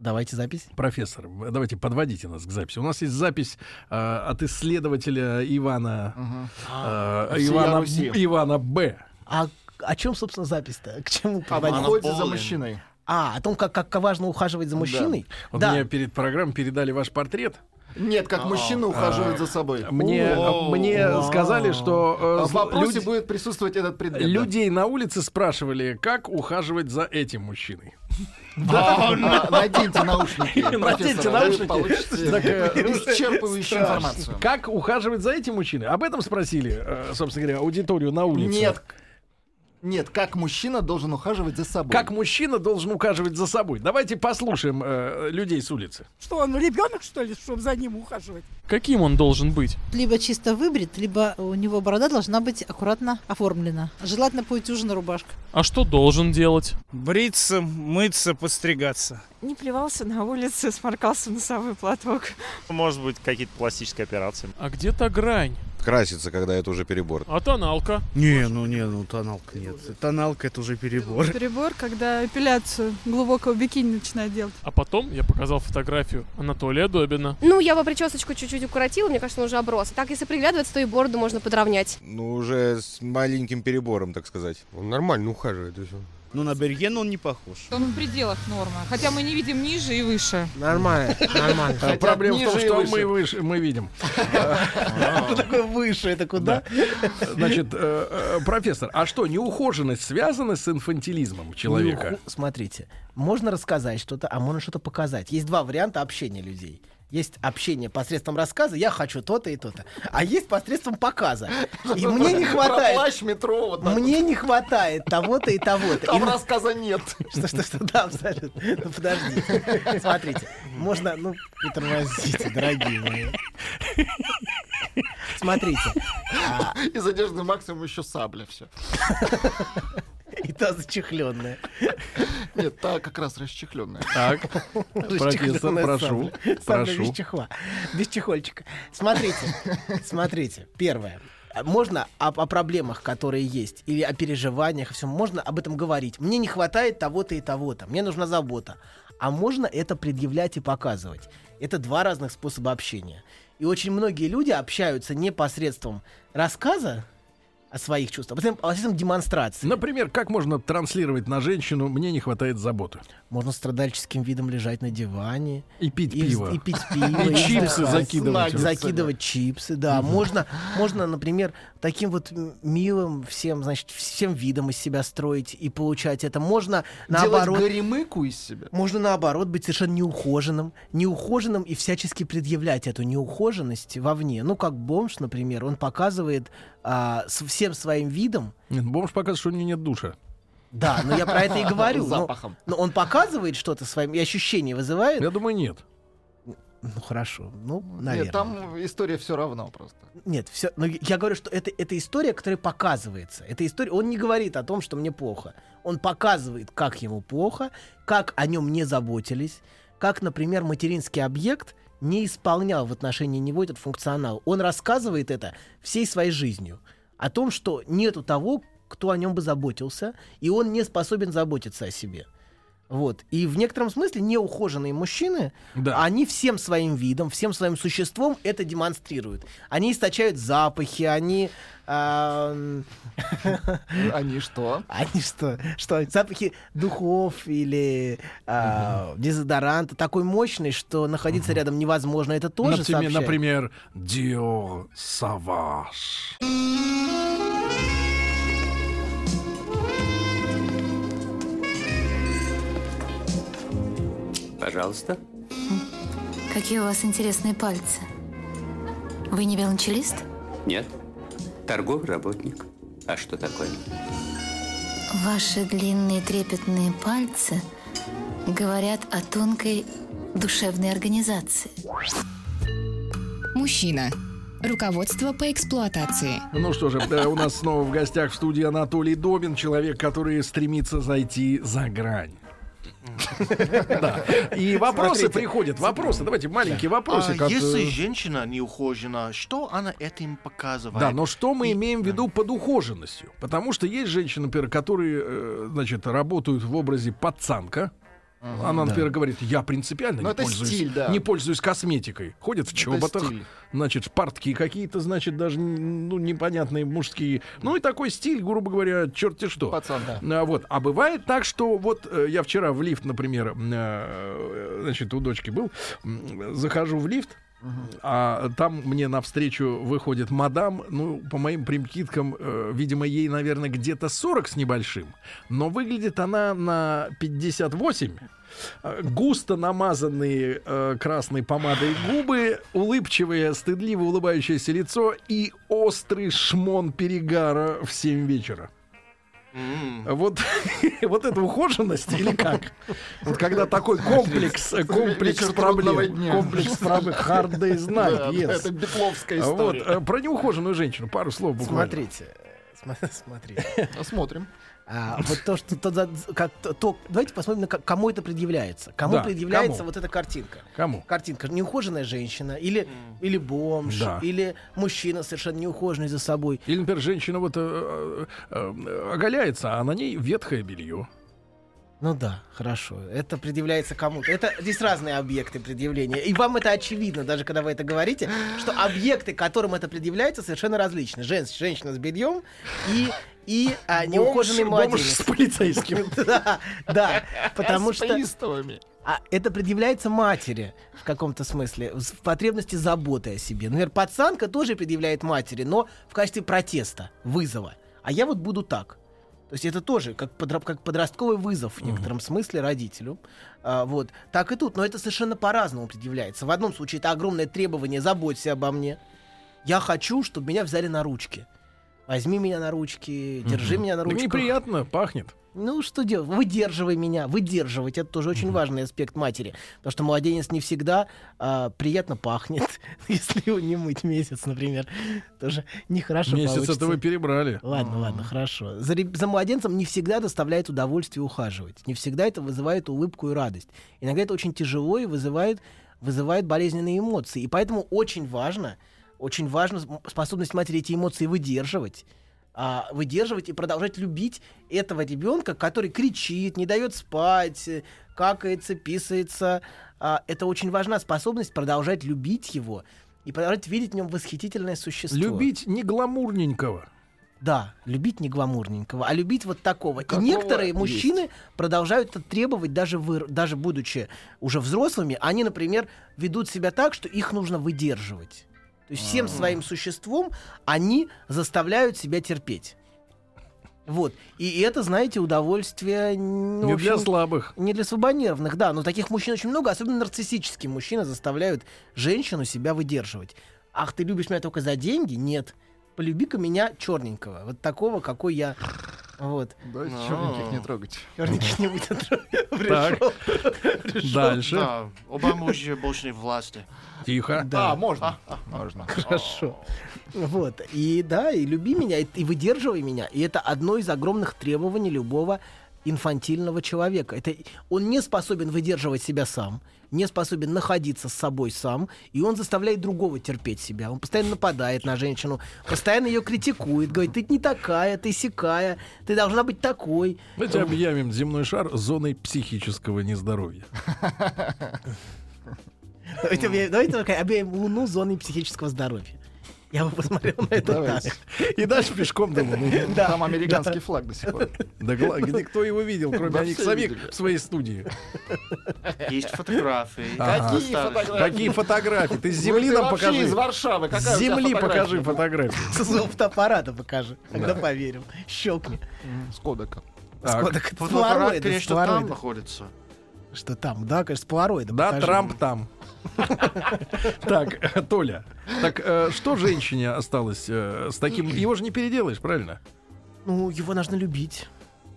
Давайте запись.
Профессор, в- давайте подводите нас к записи. У нас есть запись э, от исследователя Ивана э,
Всея
Ивана,
Руси.
Ивана Б.
А о чем, собственно, запись-то? К чему
Об
приводить?
уходе за
Полин.
мужчиной.
А, о том, как, как важно ухаживать за мужчиной?
Вот мне перед программой передали ваш портрет.
Нет, как мужчина ухаживает за собой.
А, Мне, а,
О,
мне
вау.
сказали, что э,
А
с-
В вопросе
люди-
будет присутствовать этот предмет. да.
людей на улице спрашивали, как ухаживать за этим мужчиной.
А, Наденьте наушники. профессор, а
наушники.
Вы получите
Так, э,
исчерпывающую информацию.
Как ухаживать за этим мужчиной? Об этом спросили, э, собственно говоря, аудиторию на улице.
Нет. Нет, как мужчина должен ухаживать за собой.
Как мужчина должен ухаживать за собой? Давайте послушаем э, людей с улицы.
Что он, ребенок, что ли, чтобы за ним ухаживать?
Каким он должен быть?
Либо чисто выбрит, либо у него борода должна быть аккуратно оформлена. Желательно поутюжена рубашка.
А что должен делать?
Бриться, мыться, подстригаться. Не плевался на улице, сморкался в носовой платок.
Может быть, какие-то пластические операции.
А где то грань?
Краситься, когда это уже перебор.
А тоналка?
Не, ну не, ну тоналка нет. Тоналка это уже перебор. Перебор, когда эпиляцию глубокого бикини начинает делать.
А потом я показал фотографию Анатолия Добина.
Ну, я бы причесочку чуть-чуть укоротила, мне кажется, он уже оброс. Так, если приглядываться, то и бороду можно подровнять.
Ну, уже с маленьким перебором, так сказать. Он нормально ухаживает.
Ну на Берген он не похож.
Он в пределах нормы, хотя мы не видим ниже и выше.
Нормально, нормально.
Э, Проблема в том,
ниже и
что
выше.
мы выше, мы видим.
Такое выше, это куда?
Значит, э, э, профессор, а что, неухоженность связана с инфантилизмом человека?
Ну, ху- смотрите, можно рассказать что-то, а можно что-то показать. Есть два варианта общения людей. Есть общение посредством рассказа, я хочу то-то и то-то. А есть посредством показа. И мне не
Про
хватает.
плащ метро, вот так.
Мне не хватает того-то и того-то. И
Там рассказа нет.
Что, что, что, да, абсолютно. Ну, подожди. Смотрите, можно, ну, не тормозите, дорогие мои. Смотрите,
Из одежды максимум еще сабля все.
и та зачехленная.
Нет, та как раз расчехленная.
Так, профессор,
Расчехленная
прошу,
сабля. Сабля
прошу.
без чехла, без чехольчика. Смотрите, смотрите, первое. Можно о, о проблемах, которые есть, или о переживаниях, все, можно об этом говорить. Мне не хватает того-то и того-то, мне нужна забота. А можно это предъявлять и показывать. Это два разных способа общения. И очень многие люди общаются не посредством рассказа о своих чувствах, а посредством- а посредством демонстрации.
Например, как можно транслировать на женщину «мне не хватает заботы»
Можно страдальческим видом лежать на диване,
и пить
и,
пиво?
вз- и пить пиво,
И чипсы
вздыхать.
закидывать.
Наггетсы,
закидывать чипсы, да. Можно, можно, например, таким вот м- милым всем, значит, всем видом из себя строить и получать это. Можно
Делать
наоборот.
горемыку из себя.
Можно наоборот быть совершенно неухоженным, неухоженным и всячески предъявлять эту неухоженность вовне. Ну, как бомж, например, он показывает а, с всем своим видом,
Нет, бомж показывает, что у нее нет душа.
да, но я про это и говорю. но-
Запахом.
Но, он показывает что-то своим и ощущение вызывает.
Я думаю, нет.
Ну хорошо, ну, наверное.
Нет, там история все равно просто.
Нет, все. Но я говорю, что это, это история, которая показывается. Это история. Он не говорит о том, что мне плохо. Он показывает, как ему плохо, как о нем не заботились, как, например, материнский объект не исполнял в отношении него этот функционал. Он рассказывает это всей своей жизнью. О том, что нету того, кто о нем бы заботился, и он не способен заботиться о себе. Вот. И в некотором смысле неухоженные мужчины, они всем своим видом, всем своим существом это демонстрируют. Они источают запахи, они... эм,
Они что?
Они что? Что? Запахи духов или а, дезодоранта такой мощный, что находиться рядом невозможно. Это тоже
например,
сообщает.
например, Dior Savage.
Пожалуйста.
Какие у вас интересные пальцы. Вы не велончелист?
Нет. Торговый работник. А что такое?
Ваши длинные трепетные пальцы говорят о тонкой душевной организации.
Мужчина. Руководство по эксплуатации.
Ну что же, э, у нас снова в гостях в студии Анатолий Добин, человек, который стремится зайти за грань. Да. И вопросы
Смотрите.
приходят, вопросы. Давайте маленькие вопросы.
А
как, э,
если женщина не ухожена, что она этим показывает?
Да, но что мы имеем в виду под ухоженностью? Потому что есть женщины, например, которые, э, значит, работают в образе пацанка. Она,
да.
например, говорит, я принципиально
Ну,
не,
это
пользуюсь,
стиль, да.
не пользуюсь косметикой. Ходит в чоботах,
стиль.
значит, в портки какие-то, значит, даже ну, непонятные мужские. Ну и такой стиль, грубо говоря, черти что.
Пацан, да.
А, вот. а бывает так, что вот э, я вчера в лифт, например, м, э, значит, у дочки был, м, захожу в лифт, а там мне навстречу выходит мадам, ну, по моим примкиткам, э, видимо, ей, наверное, где-то 40 с небольшим, но выглядит она на 58. Э, Густо намазанные э, красной помадой губы, улыбчивое, стыдливо улыбающееся лицо и острый шмон перегара в 7 вечера. Вот, вот это ухоженность или как? Вот когда такой комплекс, э, комплекс
Вечер трудного
проблем,
дня.
комплекс проблем, hard days
Да,
night, yes.
Это бетловская
Вот,
история.
э, про неухоженную женщину пару слов буквально.
Смотрите. см- Смотрите.
э, Смотрим.
А, вот то, что то, за- как, то, то- давайте посмотрим, на ка- кому это предъявляется. Кому
Да,
предъявляется
кому?
вот эта картинка?
Кому?
Картинка неухоженная женщина или или бомж
Да.
или мужчина совершенно неухоженный за собой.
Или, например, женщина вот э, э, э, оголяется, а на ней ветхое белье.
Ну да, хорошо. Это предъявляется кому-то. Это здесь разные объекты предъявления. И вам это очевидно, даже когда вы это говорите, что объекты, которым это предъявляется, совершенно различны. Жен- женщина с бельем и и а, неухоженный
бомж
младенец.
с полицейским.
Да, да. Потому
С
что
приставами.
А это предъявляется матери в каком-то смысле, в с- в потребности заботы о себе. Например, пацанка тоже предъявляет матери, но в качестве протеста, вызова. А я вот буду так. То есть это тоже как, подра- как подростковый вызов в некотором смысле родителю. А, вот. Так и тут. Но это совершенно по-разному предъявляется. В одном случае это огромное требование «заботься обо мне». Я хочу, чтобы меня взяли на ручки. Возьми меня на ручки, держи меня на
Так
ручках.
неприятно, пахнет.
Ну, что делать? Выдерживай меня, выдерживать. Это тоже очень важный аспект матери. Потому что младенец не всегда а, приятно пахнет. Если его не мыть месяц, например, тоже нехорошо
Месяц
получится.
это вы перебрали.
Ладно, ладно, хорошо. За, реб- за младенцем не всегда доставляет удовольствие ухаживать. Не всегда это вызывает улыбку и радость. Иногда это очень тяжело и вызывает, вызывает болезненные эмоции. И поэтому очень важно, очень важна см- способность матери эти эмоции выдерживать. А, выдерживать и продолжать любить этого ребенка, который кричит, не дает спать, э, какается, писается. А, это очень важна способность продолжать любить его и продолжать видеть в нем восхитительное существо.
Любить не гламурненького.
Да, любить не гламурненького, а любить вот такого.
Какого
и некоторые
есть.
мужчины продолжают это требовать, даже, вы, даже будучи уже взрослыми. Они, например, ведут себя так, что их нужно выдерживать. То есть всем своим существом они заставляют себя терпеть. Вот. И это, знаете, удовольствие... ну, в
Не для
общем,
слабых.
не для слабонервных, да, но таких мужчин очень много, особенно нарциссические мужчины заставляют женщину себя выдерживать. Ах, ты любишь меня только за деньги? Нет. Полюби-ка меня черненького, вот такого, какой я. Вот.
Давайте
Ну.
черненьких не трогать.
Черненький не будет
Так.
пришел. пришел.
Дальше.
Да, Обама уже больше не власти.
Тихо.
А, можно. Можно.
Хорошо. Вот. И да, и люби меня, и, и выдерживай меня. И это одно из огромных требований любого инфантильного человека. Это он не способен выдерживать себя сам, не способен находиться с собой сам, и он заставляет другого терпеть себя. Он постоянно нападает на женщину, постоянно ее критикует, говорит, ты не такая, ты сякая, ты должна быть такой.
Давайте объявим земной шар зоной психического нездоровья.
Давайте объявим- давайте только объявим Луну зоной психического здоровья. Я бы посмотрел на это
Давайте.
так.
И дальше пешком до Луны.
Да,
Там американский
да.
флаг до сих пор.
Да гла- где кто его видел, кроме
Да
них
все
самих
видели.
в своей студии?
Есть фотографии.
Ага.
Какие фотографии?
Какие фотографии? Ты с
Ну,
земли нам
вообще
покажи.
из Варшавы. Какая
С
у тебя
земли
фотография?
покажи фотографии.
С фотоаппарата покажи, тогда
Да.
поверим. Щелкни.
М, С кодека.
Так.
Кодек- с
Фотоаппарат,
полароида, с
конечно, там
полароида.
находится.
Что там, да, конечно, с полароида.
Да,
покажи.
Трамп там. Так, э, Толя. Так э, что женщине осталось э, с таким? Его же не переделаешь, правильно?
Ну, его нужно любить,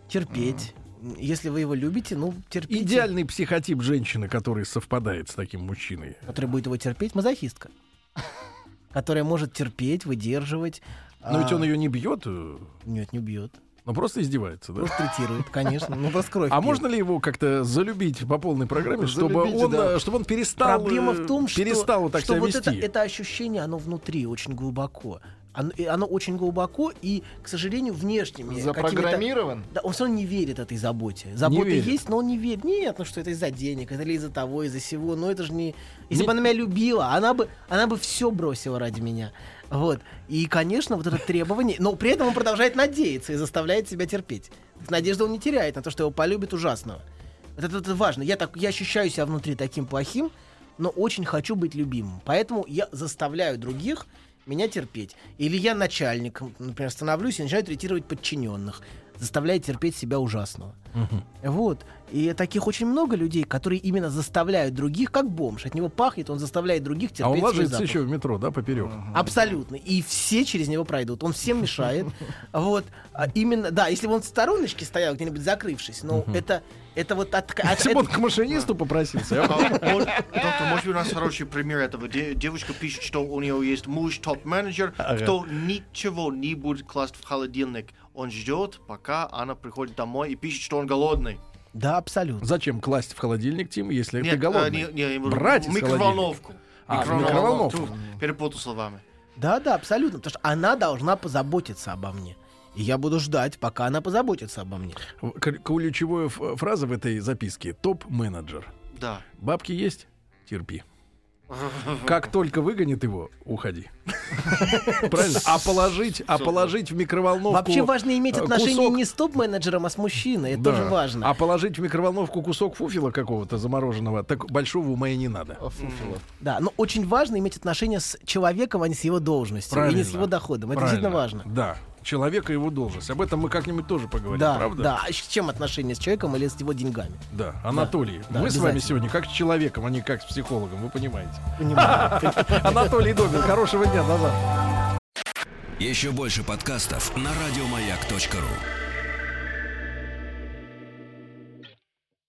терпеть. Если вы его любите, ну, терпите.
Идеальный психотип женщины, который совпадает с таким мужчиной.
Который будет его терпеть, мазохистка. Которая может терпеть, выдерживать.
Но Ну, ведь
а,
он ее не бьет, э,
Нет, не убьет.
но просто издевается, да?
Просто третирует, конечно. Ну, просто кровь
А
пьет.
можно ли его как-то залюбить по полной программе, чтобы
Залюбите,
он,
да.
э, чтобы он перестал,
Проблема
э,
в том, что,
перестал вот так
что
себя
вот
вести?
это, это ощущение, оно внутри очень глубоко. Оно, и оно очень глубоко и, к сожалению, внешними. какими-то-
Запрограммирован?
Да, он все равно не верит этой заботе. Забота
верит.
есть, но он не верит. Нет, ну что это из-за денег, это ли из-за того, из-за сего. Но это же не. Если
Не-
бы она меня любила, она бы, она бы все бросила ради меня. Вот. И, конечно, вот это требование. Но при этом он продолжает надеяться и заставляет себя терпеть. Надежду он не теряет на то, что его полюбит ужасного. Вот это, это важно. Я, так, я ощущаю себя внутри таким плохим, но очень хочу быть любимым. Поэтому я заставляю других меня терпеть. Или я начальник, например, становлюсь и начинаю третировать подчиненных, заставляя терпеть себя ужасного.
Мгм.
Вот. И таких очень много людей, которые именно заставляют других, как бомж. От него пахнет, он заставляет других терпеть
А он
свой
ложится
запах.
еще в метро, да, поперек?
Абсолютно. И все через него пройдут. Он всем мешает. Вот. А Именно, да, если бы он в стороночке стоял где-нибудь закрывшись, но это, это вот от... от-
Если бы он к машинисту попросился, я бы-
А, Доктор, может быть, у нас хороший пример этого. Де- Девушка пишет, что у нее есть муж топ-менеджер,
Ага.
кто ничего не будет класть в холодильник. Он ждет, пока она приходит домой и пишет, что он голодный.
Да, абсолютно.
Зачем класть в холодильник, Тим, если
Нет,
ты
э,
голодный?
не- не, я говорю,
Брать из
микроволновку.
А, в микроволновку.
Тьфу, Перепутал словами.
Да, да, абсолютно. Потому что она должна позаботиться обо мне. И я буду ждать, пока она позаботится обо мне.
холодильник. К- Ключевая ф- фраза в этой записке — топ-менеджер.
Да.
Бабки есть? Терпи. Как только выгонит его, уходи. Правильно? А положить, а
Всё.
положить в микроволновку...
Вообще важно иметь
э,
отношение
кусок-
не с топ-менеджером, а с мужчиной. Это
Да.
тоже важно.
А положить в микроволновку кусок фуфела какого-то замороженного, так большого ума и не надо.
Фуфила.
Да, но очень важно иметь отношение с человеком, а не с его должностью, и не с
Правильно.
его доходом. Это
Правильно.
действительно важно.
Да. Человека и его должность. Об этом мы как-нибудь тоже поговорим,
да,
правда?
да. А с чем отношение с человеком или с его деньгами?
Да, Анатолий,
Да,
мы с вами
обязательно.
сегодня как с человеком, а не как с психологом, вы понимаете.
Понимаю.
Анатолий Добин, хорошего дня, до завтра.
Еще больше подкастов на радиомаяк.ру.